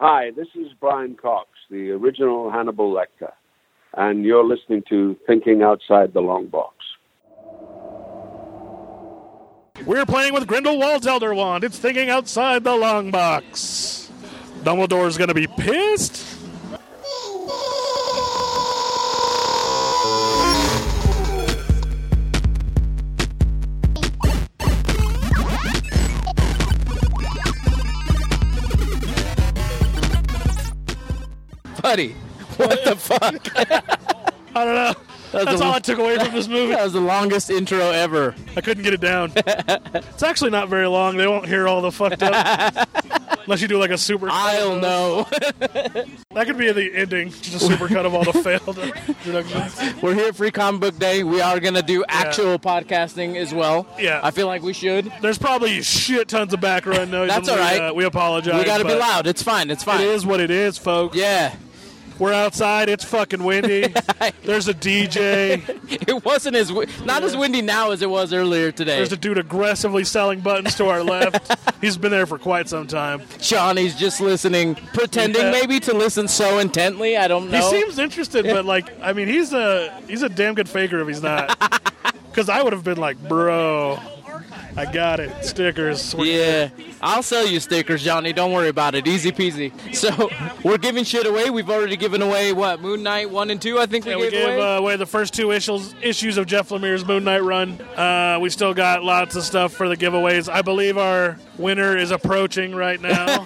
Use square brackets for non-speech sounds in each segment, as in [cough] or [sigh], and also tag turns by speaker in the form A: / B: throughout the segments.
A: Hi, this is Brian Cox, the original Hannibal Lecter, and you're listening to Thinking Outside the Long Box.
B: We're playing with Grindelwald's Elder Wand. It's thinking outside the long box. Dumbledore's gonna be pissed.
C: Buddy, what [laughs] the fuck?
B: I don't know. That's,
C: a-
B: all I took away from this
C: [laughs]
B: movie.
C: That was the longest intro ever.
B: I couldn't get it down. it's actually not very long. They won't hear all the fucked up.
C: [laughs]
B: Unless you do like a super.
C: I'll know.
B: That could be the ending. Just a super cut of all the
C: [laughs]
B: failed introductions.
C: We're here at Free Comic Book Day. We are going to do actual podcasting as well.
B: Yeah.
C: I feel like we should.
B: There's probably shit tons of background noise.
C: That's
B: and we,
C: all right.
B: uh, we apologize.
C: We got to be
B: but
C: loud. It's fine. It's
B: It
C: fine.
B: is what it is, folks.
C: Yeah. [laughs]
B: We're outside. It's fucking windy. There's a DJ.
C: It wasn't as wi- not as windy now as it was earlier today.
B: There's a dude aggressively selling buttons to our
C: [laughs]
B: left. He's been there for quite some time.
C: Johnny's just listening, pretending
B: Yeah.
C: maybe to listen so intently. I don't know.
B: He seems interested, but like, I mean, he's a he's a damn good faker if he's
C: [laughs]
B: not. Because I would have been like, bro, I got it. Stickers.
C: Yeah, I'll sell you stickers, Johnny. Don't worry about it. Easy peasy. So [laughs] we're giving shit away. We've already given away what Moon Knight one and two. I think we
B: Yeah,
C: gave
B: we gave
C: away.
B: uh, away the first two issues issues of Jeff Lemire's Moon Knight run. Uh, we still got lots of stuff for the giveaways. I believe our winner is approaching right
C: [laughs]
B: now.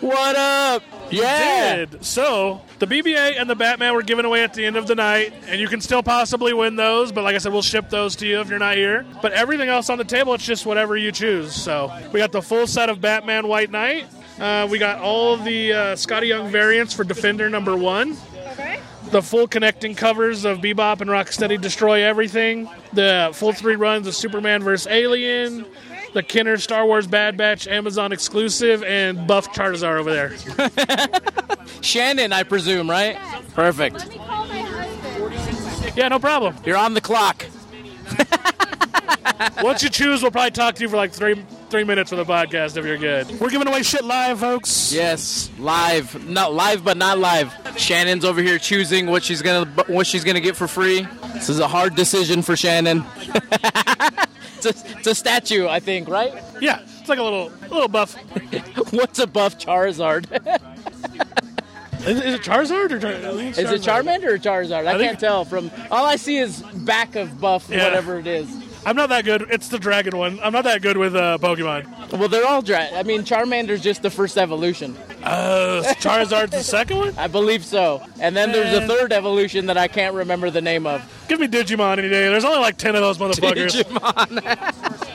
C: what up? Yeah.
B: did. So the BBA and the Batman were given away at the end of the night, and you can still possibly win those. But like I said, we'll ship those to you if you're not here. But everything else on the table, it's just whatever you choose. So we got the full set of Batman White Knight. Uh, we got all the uh, Scotty Young variants for Defender number one. The full connecting covers of Bebop and Rocksteady Destroy Everything. The full three runs of Superman vs. Alien. The Kenner Star Wars Bad Batch Amazon exclusive and Buff Charizard over there.
C: Shannon, I presume, right? Perfect.
D: Let me call my husband.
B: Yeah, no problem.
C: You're on the clock.
B: Once you choose, we'll probably talk to you for like three three minutes for the podcast if you're good. We're giving away shit live, folks.
C: Yes, live. Not live, but not live. Shannon's over here choosing what she's gonna what she's gonna get for free. This is a hard decision for Shannon. [laughs] it's, a, it's a statue, I think, right? [laughs]
B: Yeah, it's like a little little buff.
C: What's a buff Charizard? [laughs]
B: Is, is it Charizard or Char- Is
C: Is it Charmander or Charizard? I,
B: think-
C: can't tell from all I see is back of buff
B: Yeah.
C: whatever it is.
B: I'm not that good. It's the dragon one. I'm not that good with uh, Pokemon.
C: Well, they're all dry. I mean, Charmander's just the first evolution,
B: Uh, Charizard's the second one.
C: I believe so. And then there's a
B: Man.
C: third evolution that I can't remember the name
B: [laughs]
C: of.
B: Give me Digimon any day. There's only like ten of those motherfuckers.
C: Digimon.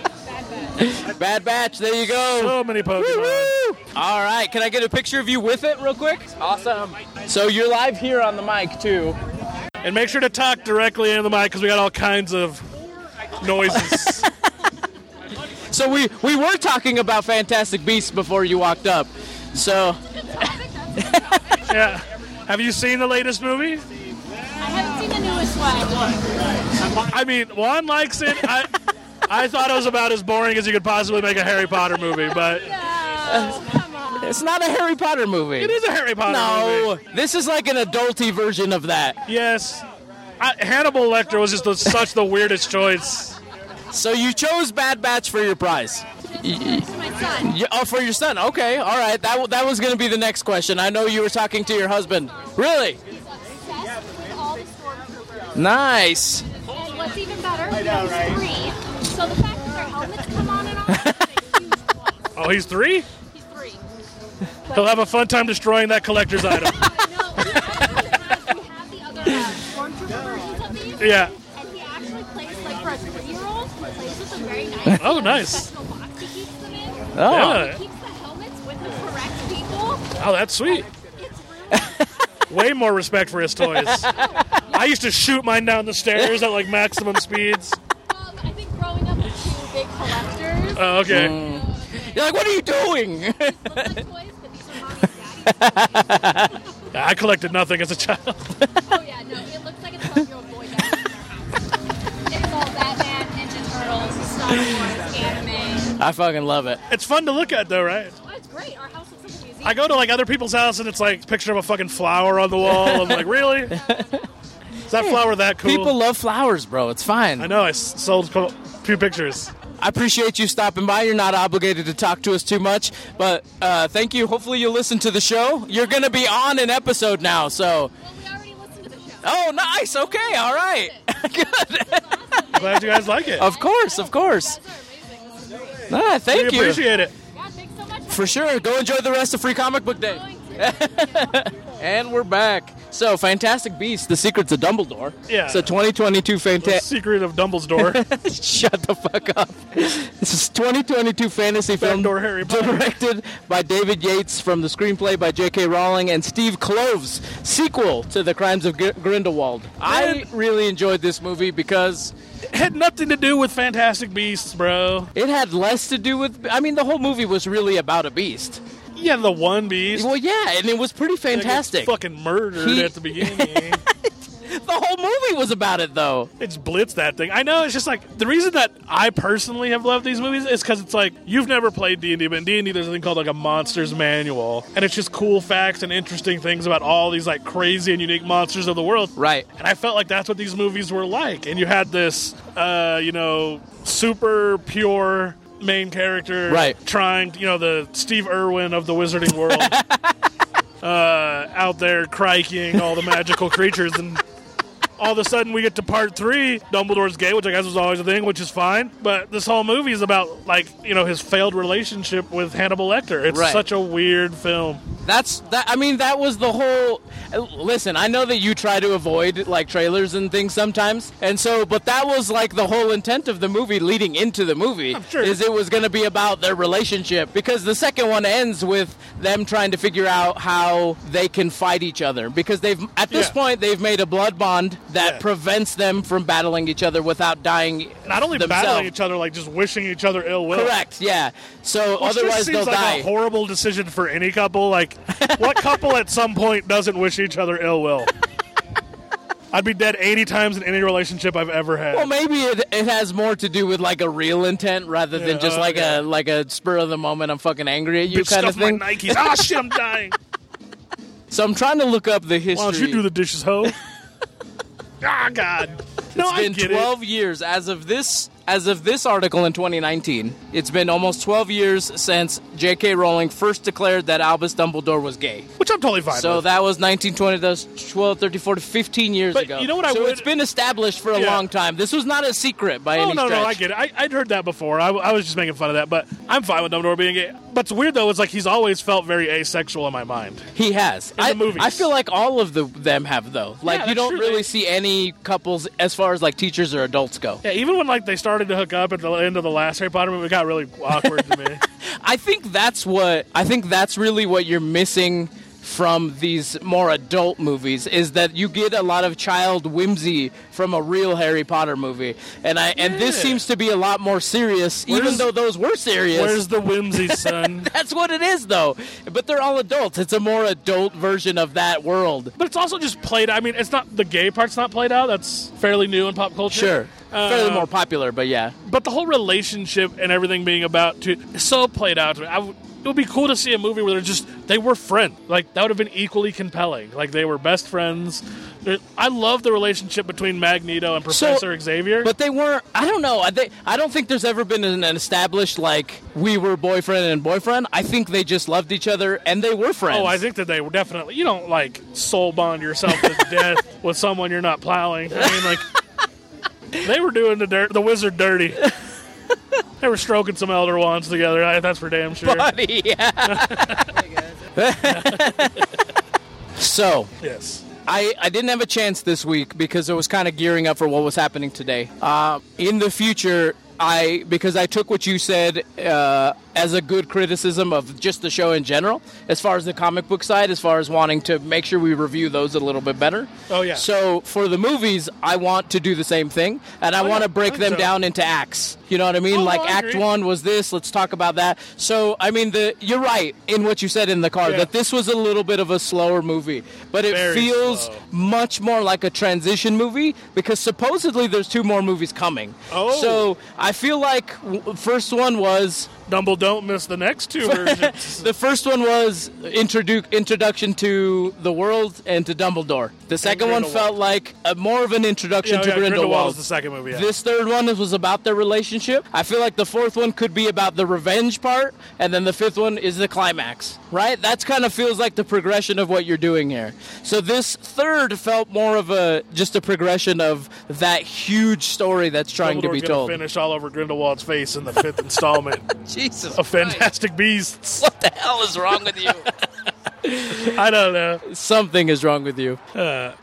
C: Bad Batch. There you go.
B: So many Pokemon.
C: Woo-woo! All right, can I get a picture of you with it real quick? Awesome. So you're live here on the mic too.
B: And make sure to talk directly into the mic because we got all kinds of [laughs] noises.
C: So we we were talking about Fantastic Beasts before you walked up. So
B: yeah. Have you seen the latest movie?
D: I haven't seen the newest one.
B: I mean, Juan likes it. I, I thought it was about as boring as you could possibly make a Harry Potter movie, but
D: No, come on.
C: it's not a Harry Potter movie.
B: it is a Harry Potter movie.
C: No, this is like an adulty version of that.
B: Yes. I, Hannibal Lecter was just the, such the weirdest choice.
C: So you chose Bad Batch for your prize.
D: To my son.
C: Y- oh, for your son. Okay, all right. That w- that was going to be the next question. I know you were talking to your husband. Really?
D: He's obsessed with all the stormtroopers.
C: Nice.
D: And what's even better, he's three. So the fact that their helmets come on and off is a huge plus.
B: Oh, he's three?
D: He's three.
B: He'll have a fun time destroying that collector's item.
D: But no, we have we have the other uh, stormtrooper versions of these.
B: Yeah.
D: And he actually plays like for a three-year-old. He plays with them very nice.
B: Oh,
D: He has a
B: nice. [laughs]
D: special box he keeps them in.
C: Oh.
B: Yeah.
D: Keeps the helmets with the correct people.
B: Oh, that's sweet.
D: It's really
B: Way more respect for his toys. I used to shoot mine down the stairs at like maximum speeds.
D: Um, I think growing up with two big collectors,
B: Oh, okay.
D: Mm.
C: You're like, what are you doing? [laughs]
D: those are toys, but these are mom and daddy's.
B: Yeah, I collected nothing as a child. [laughs]
D: Oh yeah, no, it looks like a 12-year-old boy down in their house. It's all Batman, Ninja Turtles, Star Wars, anime.
C: I fucking love it.
B: It's fun to look at, though, right?
D: Oh, it's great. Our house looks like a museum.
B: I go to like other people's house and it's like picture of a fucking flower on the wall. I'm like,
C: [laughs]
B: really? Is that flower that cool?
C: People love flowers, bro. It's fine.
B: I
C: I,
B: know. I s- sold a few pictures.
C: appreciate you stopping by. You're not obligated to talk to us too much, but uh, thank you. Hopefully, you listen to the show. You're going to be on an episode now, so.
D: Well, we already listened to the show.
C: Oh, nice. Okay. All right. [laughs]
B: Glad you guys like it.
C: Of course. Of course.
D: You guys are amazing. This is great.
C: Ah,
B: we
C: thank you.
B: appreciate it.
D: God, thanks so much
C: For sure. Go enjoy the rest of Free Comic Book Day.
D: going to.
C: [laughs] And we're back. So, Fantastic Beasts: The Secrets of Dumbledore.
B: Yeah.
C: So, 2022 Fantastic.
B: Secret of
C: [laughs]
B: Dumbledore.
C: Shut the fuck up. This is 2022 fantasy film
B: Backdoor Harry Potter.
C: directed by David Yates from the screenplay by J.K. Rowling and Steve Kloves, sequel to The Crimes of Gr- Grindelwald. I
B: Man.
C: really enjoyed this movie because
B: had nothing to do with Fantastic Beasts, bro.
C: it had less to do with. I mean, the whole movie was really about a beast.
B: Yeah, the one beast.
C: Well, yeah, and it was pretty
B: that gets
C: fantastic.
B: Fucking murdered
C: He-
B: at the
C: [laughs]
B: beginning.
C: The whole movie was about it, though.
B: it's blitz that thing. I know. It's just like the reason that I personally have loved these movies is because it's like you've never played D and D, but in D and D there's a thing called like a monsters manual, and it's just cool facts and interesting things about all these like crazy and unique monsters of the world.
C: Right.
B: And I felt like that's what these movies were like. And you had this, uh, you know, super pure main character,
C: Right.
B: Trying, you know, the Steve Irwin of the Wizarding
C: [laughs]
B: World. Uh, out there criking all the magical creatures and all of a sudden we get to part three, Dumbledore's gay, which I guess was always a thing, which is fine. But this whole movie is about like you know his failed relationship with Hannibal Lecter. It's
C: Right.
B: such a weird film.
C: That's that. I mean, that was the whole. Listen, I know that you try to avoid like trailers and things sometimes, and so, but that was like the whole intent of the movie leading into the movie
B: sure.
C: is it was going to be about their relationship because the second one ends with them trying to figure out how they can fight each other because they've at this
B: Yeah.
C: point they've made a blood bond that
B: Yeah.
C: prevents them from battling each other without dying.
B: Not only
C: themselves.
B: battling each other, like just wishing each other ill will.
C: Correct. Yeah. So
B: Which
C: otherwise
B: just seems
C: they'll
B: like
C: die.
B: a horrible decision for any couple. Like, what couple at some point doesn't wish each other ill will? I'd be dead 80 times in any relationship I've ever had.
C: Well, maybe it, it has more to do with like a real intent rather than
B: Yeah,
C: just
B: oh,
C: like
B: yeah.
C: a like a spur of the moment. I'm fucking angry at you
B: Bitch,
C: kind of
B: stuff my
C: thing.
B: Nikes. Ah, shit, I'm dying.
C: So I'm trying to look up the history.
B: Why don't you do the dishes,
C: [laughs]
B: hoe? ah, God. No,
C: it's
B: I
C: been
B: get
C: 12 years as of this as of this article in 2019. It's been almost 12 years since J.K. Rowling first declared that Albus Dumbledore was gay.
B: it, which I'm totally fine
C: So
B: with.
C: that was 1920. That's 12, 30, 40, 15 years
B: But
C: ago.
B: you know what I
C: so
B: would-
C: it's been established for a
B: Yeah.
C: long time. This was not a secret by
B: Oh
C: any
B: no,
C: stretch.
B: no, I get it. I, I'd heard that before. I, I was just making fun of that, but I'm fine with Dumbledore being gay. What's weird though is like he's always felt very asexual in my mind.
C: He has.
B: the
C: I,
B: movies.
C: I feel like all of the, them have though. Like
B: that's
C: you don't
B: true.
C: really see any couples as far as like teachers or adults go.
B: Yeah, even when like they started to hook up at the end of the last Harry Potter movie, it got really awkward to
C: [laughs]
B: me.
C: I think that's what I think that's really what you're missing from these more adult movies is that you get a lot of child whimsy from a real Harry Potter movie. And I and this
B: Yeah.
C: seems to be a lot more serious even
B: Where's-
C: though those were serious.
B: Where's the whimsy, son?
C: [laughs] that's what it is though. But they're all adults. It's a more adult version of that world.
B: but it's also just played. I mean, it's not the gay part's not played out. That's fairly new in pop culture.
C: Sure.
B: Uh,
C: Fairly more popular, but yeah.
B: but the whole relationship and everything being about to is so played out to me. I w- it would be cool to see a movie where they're just they were friends. Like that would have been equally compelling. Like they were best friends. There- I love the relationship between Magneto and
C: So-
B: Professor Xavier.
C: But they weren't. I don't know. I think I don't think there's ever been an, an established like we were boyfriend and boyfriend. I think they just loved each other and they were friends.
B: oh, I
C: [laughs]
B: think that they were definitely. You don't like soul bond yourself to death with someone you're not plowing. I mean, like they were doing the dirt, the wizard dirty. They were stroking some elder wands together. I- That's for damn sure.
C: Buddy,
B: [laughs]
C: [laughs] yeah. [laughs] so
B: yes.
C: I, I didn't have a chance this week because I was kind of gearing up for what was happening today. Uh, in the future, I because I took what you said uh, as a good criticism of just the show in general, as far as the comic book side, as far as wanting to make sure we review those a little bit better.
B: Oh, yeah.
C: So for the movies, I want to do the same thing, and I want
B: Oh, yeah,
C: to break
B: I
C: them
B: think so.
C: down into acts. You know what I mean?
B: Oh, no,
C: like
B: I
C: Act
B: agree.
C: One was this. Let's talk about that. So I mean, the you're right in what you said in the car
B: Yeah.
C: that this was a little bit of a slower movie, but it
B: Very
C: feels
B: slow.
C: much more like a transition movie because supposedly there's two more movies coming.
B: Oh.
C: So I feel like w- first one was
B: Dumble, don't miss the next
C: [laughs]
B: two versions.
C: The first one was introdu- introduction to the world and to Dumbledore. The second one
B: Grindelwald.
C: felt like a, more of an introduction
B: Yeah,
C: to
B: yeah,
C: Grindelwald.
B: Grindelwald is the second movie. Yeah.
C: This third one was about their relationship. I feel like the fourth one could be about the revenge part, and then the fifth one is the climax, right? That's kind of feels like the progression of what you're doing here. So this third felt more of a just a progression of that huge story that's trying to
B: Dumbledore's
C: be
B: gonna
C: told.
B: finish all over Grindelwald's face in the fifth installment
C: Jesus,
B: of
C: Christ.
B: Fantastic Beasts.
C: what the hell is wrong with you?
B: [laughs] I don't know.
C: Something is wrong with you.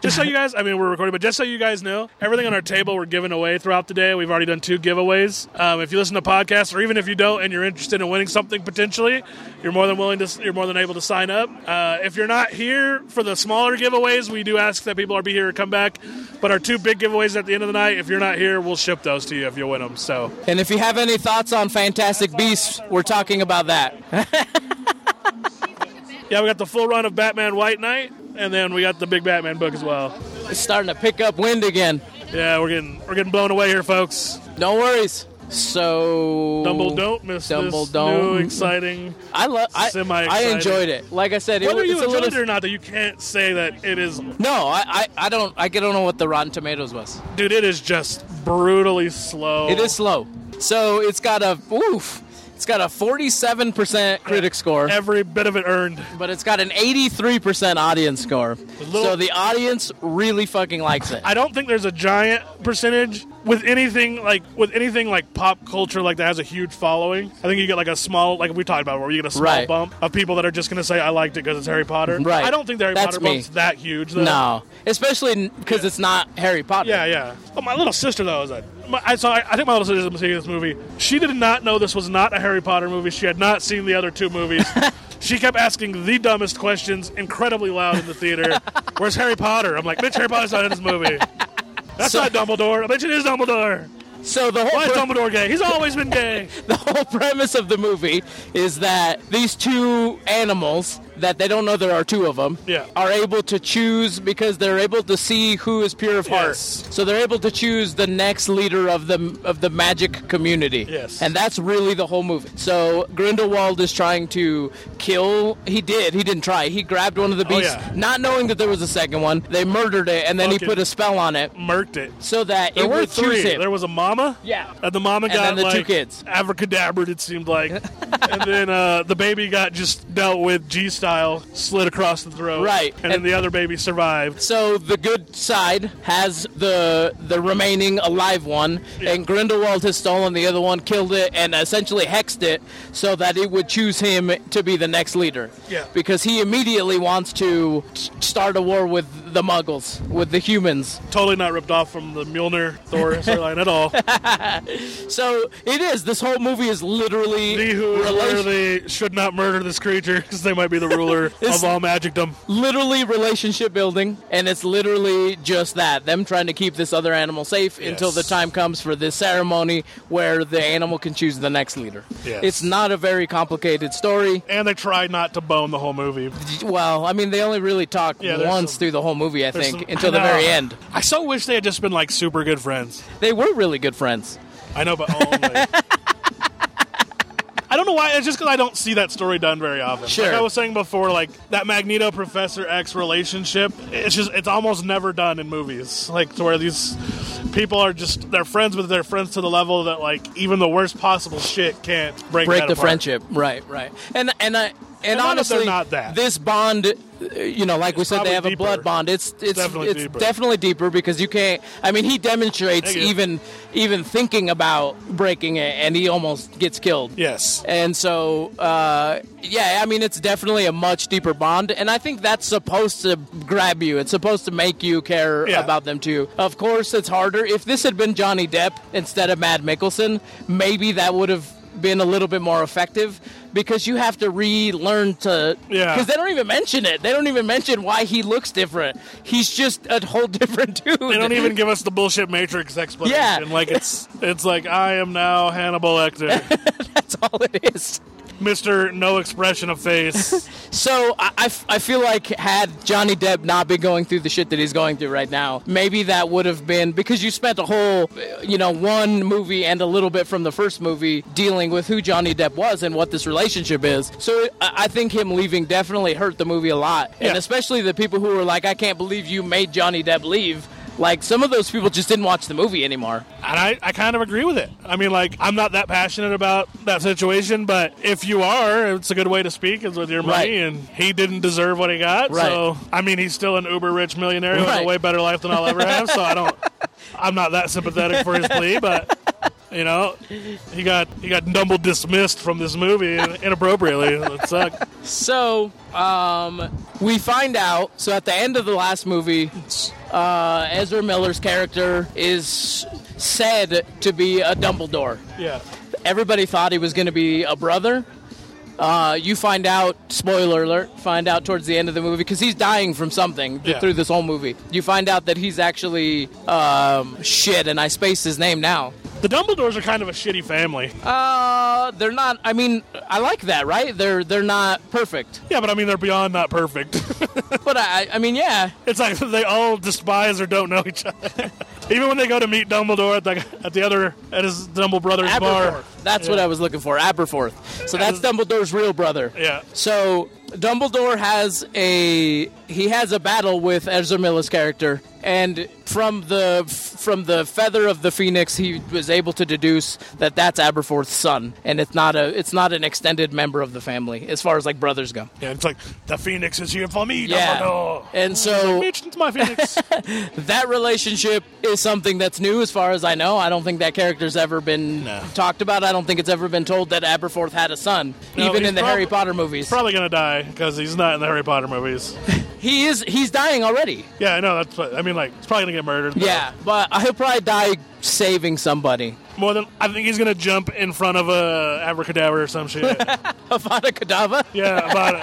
B: Just so you guys, I mean, we're recording, but just so you guys know, everything on our table we're giving away throughout the day. We've already done two giveaways. Um, if you listen to podcasts, or even if you don't, and you're interested in winning something potentially, you're more than willing to, you're more than able to sign up. Uh, if you're not here for the smaller giveaways, we do ask that people are be here or come back. But our two big giveaways at the end of the night, if you're not here, we'll ship those to you if you win them. So
C: And if you have any thoughts on Fantastic Beasts, we're talking about that.
B: yeah, we got the full run of Batman White Knight, and then we got the big Batman book as well.
C: It's starting to pick up wind again.
B: Yeah, we're getting we're getting blown away here, folks.
C: No worries. So
B: Dumble don't miss this
C: Dumbledore.
B: new exciting.
C: I love. I, I
B: Semi-excited.
C: enjoyed it. Like I said, it,
B: Whether
C: was
B: you
C: it's a
B: enjoyed
C: little.
B: it or not, that you can't say that it is,
C: no, I, I, I don't. I don't know what the Rotten Tomatoes was.
B: dude. It is just brutally slow.
C: It is slow. So it's got a oof. It's got a 47% critic score,
B: every bit of it earned.
C: but it's got an 83% audience score.
B: little-
C: so the audience really fucking likes it.
B: I don't think there's a giant percentage with anything like with anything like pop culture like that has a huge following. I think you get like a small like we talked about where you get a small
C: Right.
B: bump of people that are just gonna say I liked it because it's Harry Potter.
C: Right.
B: I don't think the Harry
C: That's
B: Potter
C: me.
B: bump's that huge. Though.
C: no, especially because it's not Harry Potter.
B: uh, Yeah, yeah. Oh, my little sister though is a. My, I saw. I think my little sister didn't see this movie. She did not know this was not a Harry Potter movie. She had not seen the other two movies. she kept asking the dumbest questions, incredibly loud in the theater. Where's Harry Potter? I'm like, bitch, Harry Potter's not in this movie. That's
C: So-
B: not Dumbledore. I bet it is Dumbledore.
C: So the whole
B: Why is
C: pre-
B: Dumbledore gay? He's always been gay.
C: the whole premise of the movie is that these two animals that they don't know there are two of them
B: Yeah.
C: are able to choose because they're able to see who is pure of heart
B: Yes.
C: so they're able to choose the next leader of the of the magic community
B: Yes.
C: and that's really the whole movie so grindelwald is trying to kill he did he didn't try he grabbed one of the
B: Oh,
C: beasts
B: yeah.
C: not knowing that there was a second one they murdered it and then
B: Fucking-
C: he put a spell on it
B: Murked it.
C: so that
B: There
C: it
B: were
C: would
B: three.
C: choose him
B: There was a mama.
C: Yeah.
B: And the mama
C: And
B: got
C: then the two
B: like,
C: kids.
B: abracadabraed. It seemed
C: [laughs]
B: like, and then uh, the baby got just dealt with G style, slid across the throat.
C: Right.
B: And, then
C: And-
B: the other baby survived.
C: So the good side has the the remaining alive one,
B: Yeah.
C: and Grindelwald has stolen the other one, killed it, and essentially hexed it so that it would choose him to be the next leader.
B: Yeah.
C: Because he immediately wants to s- start a war with the Muggles, with the humans.
B: Totally not ripped off from the Mjolnir Thor
C: [laughs]
B: storyline at all.
C: So it is. This whole movie is literally
B: He who
C: rela-
B: literally should not murder this creature because they might be the ruler
C: [laughs] This-
B: of all magicdom.
C: literally relationship building, and it's literally just that them trying to keep this other animal safe until the
B: Yes.
C: time comes for this ceremony where the animal can choose the next leader.
B: Yes.
C: It's not a very complicated story.
B: And they try not to bone the whole movie.
C: Well, I mean, they only really talk
B: Yeah, there's
C: once
B: some-
C: through the whole movie, I
B: There's
C: think,
B: some- [laughs]
C: until the
B: I
C: very
B: know.
C: end.
B: I so wish they had just been like super good friends.
C: They were really good friends.
B: I know, but only.
C: [laughs]
B: I don't know why. It's just because I don't see that story done very often.
C: Sure.
B: Like I was saying before, like that Magneto Professor X relationship, it's just it's almost never done in movies. Like to where these people are just they're friends, but they're friends to the level that like even the worst possible shit can't break
C: break
B: that
C: the
B: apart.
C: friendship. Right, right. And and I
B: And
C: and
B: not if they're
C: honestly,
B: not that.
C: this bond, uh, you know, like we
B: It's
C: said,
B: probably
C: they have
B: deeper.
C: a blood bond. It's it's
B: Definitely
C: it's
B: deeper.
C: definitely deeper because you can't. I mean, he demonstrates
B: Negative.
C: even even thinking about breaking it, and he almost gets killed.
B: Yes.
C: And so, uh, yeah, I mean, it's definitely a much deeper bond, and I think that's supposed to grab you. It's supposed to make you care
B: Yeah.
C: about them too. Of course, it's harder. If this had been Johnny Depp instead of Matt Mickelson, maybe that would have been a little bit more effective because you have to relearn to
B: Yeah.
C: because they don't even mention it they don't even mention why he looks different he's just a whole [laughs] different dude
B: They don't even give us the bullshit Matrix explanation. [laughs]
C: Yeah. [laughs]
B: Like it's it's like I am now Hannibal Lecter.
C: that's all it is
B: Mister No Expression of Face.
C: So I, I f- I feel like had Johnny Depp not been going through the shit that he's going through right now, maybe that would have been because you spent a whole, you know, one movie and a little bit from the first movie dealing with who Johnny Depp was and what this relationship is. So I, I think him leaving definitely hurt the movie a lot, and
B: Yeah.
C: especially the people who were like, "I can't believe you made Johnny Depp leave." Like some of those people just didn't watch the movie anymore.
B: and I, I kind of agree with it. I mean, like, I'm not that passionate about that situation, but if you are, it's a good way to speak is with your money,
C: Right.
B: and he didn't deserve what he got.
C: Right.
B: So, I mean, he's still an uber rich millionaire who has a
C: Right.
B: way better life than I'll ever have, so I don't, [laughs] I'm not that sympathetic for his plea, but. You know, he got he got double dismissed from this movie inappropriately. It sucked.
C: [laughs] So, um, we find out. So, at the end of the last movie, uh, Ezra Miller's character is said to be a Dumbledore.
B: Yeah.
C: Everybody thought he was going to be a brother. Uh, you find out, spoiler alert, find out towards the end of the movie because he's dying from something th-
B: Yeah.
C: through this whole movie. You find out that he's actually um, shit, and I spaced his name now.
B: The Dumbledores are kind of a shitty family.
C: Uh, they're not. I mean, I like that, right? They're they're not
B: [laughs]
C: perfect,
B: Yeah, but I mean, they're beyond not perfect. [laughs]
C: but I I mean, yeah,
B: It's like they all despise or don't know each other. [laughs] Even when they go to meet Dumbledore at the, at the other at his Dumble Brothers bar.
C: Aberforth. That's what I was looking for. Aberforth. So that's Dumbledore's real brother.
B: Yeah.
C: So Dumbledore has a he has a battle with Ezra Miller's character, and from the from the feather of the phoenix, he was able to deduce that that's Aberforth's son, and it's not a it's not an extended member of the family as far as like brothers go.
B: Yeah, it's like the Phoenix is here for me,
C: Yeah.
B: Dumbledore.
C: And so
B: Bitch, it's my
C: [laughs]
B: Phoenix.
C: that relationship is something that's new as far as I know. I don't think that character's ever been
B: No.
C: talked about. I don't think it's ever been told that Aberforth had a son,
B: No,
C: even
B: he's
C: in the
B: prob-
C: Harry Potter movies.
B: Probably gonna die because he's not in the Harry Potter movies.
C: he is he's dying already.
B: Yeah, I know. That's what, I mean, like he's probably gonna get murdered. but
C: Yeah, but he'll probably die saving somebody. [laughs]
B: More than I think he's gonna jump in front of a abracadabra or some
C: [laughs]
B: shit.
C: Avada Kedavra
B: yeah, about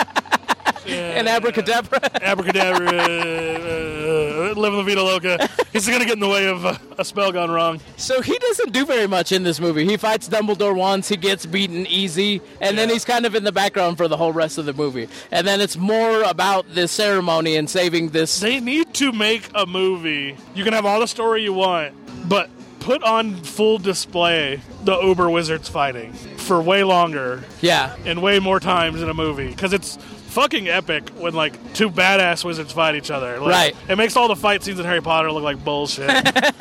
B: it.
C: and Abracadabra. [laughs]
B: Abracadabra, uh, uh, living the Vita Loca. He's gonna get in the way of uh, a spell gone wrong.
C: so he doesn't do very much in this movie. He fights Dumbledore once, he gets beaten easy, and then
B: Yeah.
C: he's kind of in the background for the whole rest of the movie. And then it's more about this ceremony and saving this
B: They need to make a movie. You can have all the story you want, but put on full display the Uber Wizards fighting for way longer
C: Yeah.
B: and way more times in a movie because it's fucking epic when like two badass wizards fight each other. Like,
C: Right.
B: It makes all the fight scenes in Harry Potter look like bullshit. [laughs]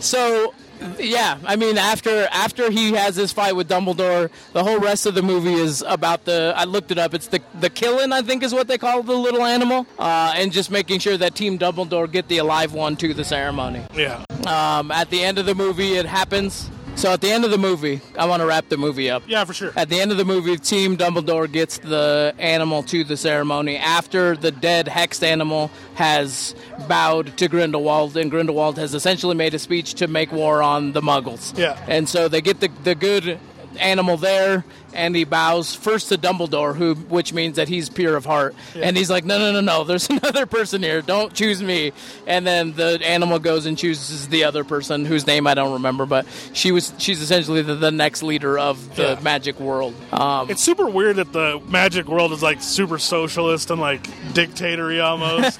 C: So yeah, I mean after after he has his fight with Dumbledore, the whole rest of the movie is about the I looked it up, it's the the killing I think is what they call the little animal. Uh, and just making sure that team Dumbledore get the alive one to the ceremony.
B: yeah.
C: Um, at the end of the movie it happens. So at the end of the movie, I want to wrap the movie up.
B: Yeah, for sure.
C: At the end of the movie, Team Dumbledore gets the animal to the ceremony after the dead hexed animal has bowed to Grindelwald, and Grindelwald has essentially made a speech to make war on the Muggles.
B: Yeah.
C: And so they get the, the good animal there, and he bows first to Dumbledore, who which means that he's pure of heart. And he's like, no, no, no, no, there's [laughs] another person here. Don't choose me. And then the animal goes and chooses the other person, whose name I don't remember, but she was she's essentially the, the next leader of the
B: Yeah.
C: magic world. Um,
B: It's super weird that the magic world is like super socialist and like dictatory
C: [laughs]
B: almost.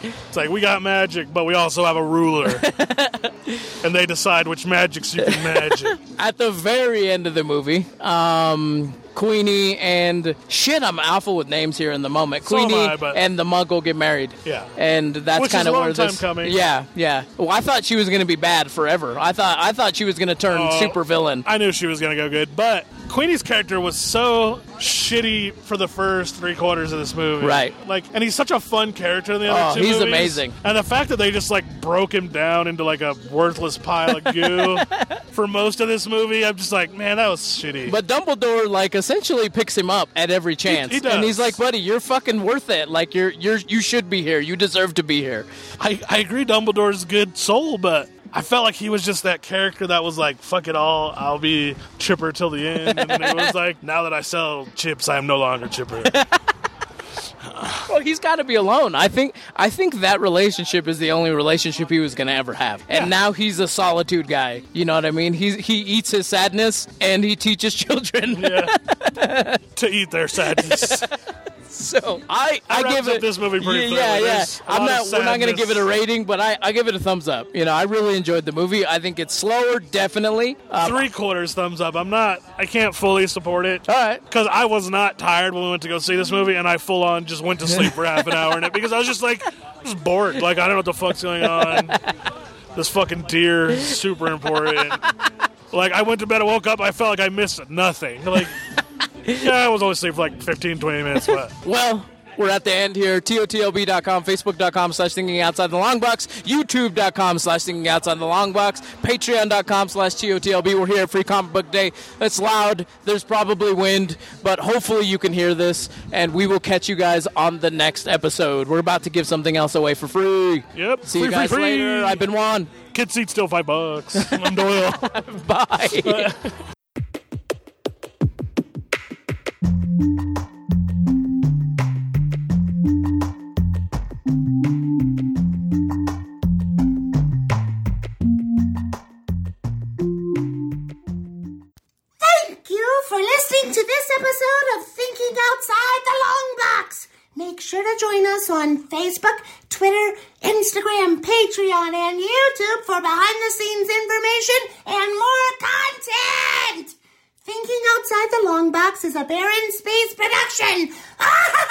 B: it's like we got magic, but we also have a
C: [laughs]
B: ruler. and they decide which magics you can
C: [laughs]
B: magic.
C: at the very end of the movie, um, Queenie and shit, I'm awful with names here in the moment.
B: So am
C: Queenie
B: I, but-
C: and the Muggle get married.
B: Yeah.
C: and that's
B: Which is
C: kind
B: a
C: of
B: long
C: where this.
B: time coming.
C: Yeah, yeah. Well, I thought she was going to be bad forever. I thought I thought she was going to turn
B: Oh.
C: super villain.
B: I knew she was gonna go good, but Queenie's character was so shitty for the first three quarters of this movie.
C: Right.
B: Like and he's such a fun character in the other
C: Oh,
B: two
C: he's
B: movies.
C: amazing.
B: And the fact that they just like broke him down into like a worthless pile of goo
C: [laughs]
B: for most of this movie, I'm just like, man, that was shitty.
C: But Dumbledore like essentially picks him up at every chance,
B: he does.
C: and he's like, "Buddy, you're fucking worth it. Like you're you're you should be here. You deserve to be here."
B: I, I agree Dumbledore's a good soul, but I felt like he was just that character that was like, fuck it all, I'll be chipper [laughs] till the end. And then it was like, now that I sell chips, I'm no longer chipper.
C: Well, he's got to be alone. I think I think that relationship is the only relationship he was gonna ever have. And now he's a solitude guy. You know what I mean? He's he eats his sadness and he teaches [laughs] children.
B: to eat their sadness.
C: so I
B: That
C: I
B: wraps
C: give
B: up
C: it
B: this movie pretty
C: yeah,
B: thoroughly.
C: yeah, yeah.
B: There's a
C: I'm
B: lot
C: not
B: of
C: we're not gonna
B: sadness.
C: give it a rating, but I I give it a thumbs up. You know, I really enjoyed the movie. I think it's slower, definitely. Uh,
B: Three quarters thumbs up. I'm not. I can't fully support it.
C: all right.
B: Because I was not tired when we went to go see this movie, and I full on just went to
C: [laughs]
B: sleep for half an hour in it because I was just like, I'm just bored. Like, I don't know what the fuck's going on. This fucking deer is super important. Like, I went to bed, I woke up, I felt like I missed nothing. Like, yeah, I was only asleep for like 15, 20 minutes, but
C: Well, we're at the end here. TOTLB.com, Facebook.com slash thinking outside the long box, YouTube.com slash thinking outside the long box, Patreon.com slash TOTLB. We're here at Free Comic Book Day. It's loud. There's probably wind, but hopefully you can hear this, and we will catch you guys on the next episode. We're about to give something else away for free.
B: Yep.
C: See
B: Free,
C: you
B: free,
C: guys
B: free.
C: later. I've been Juan. [laughs]
B: kid seat's still five bucks. I'm Doyle.
C: Bye.
E: Thank you for listening to this episode of Thinking Outside the Long Box. Make sure to join us on Facebook, Twitter, Instagram, Patreon, and YouTube for behind the scenes information and more content. Thinking Outside the Long Box is a Barren Space production. [laughs]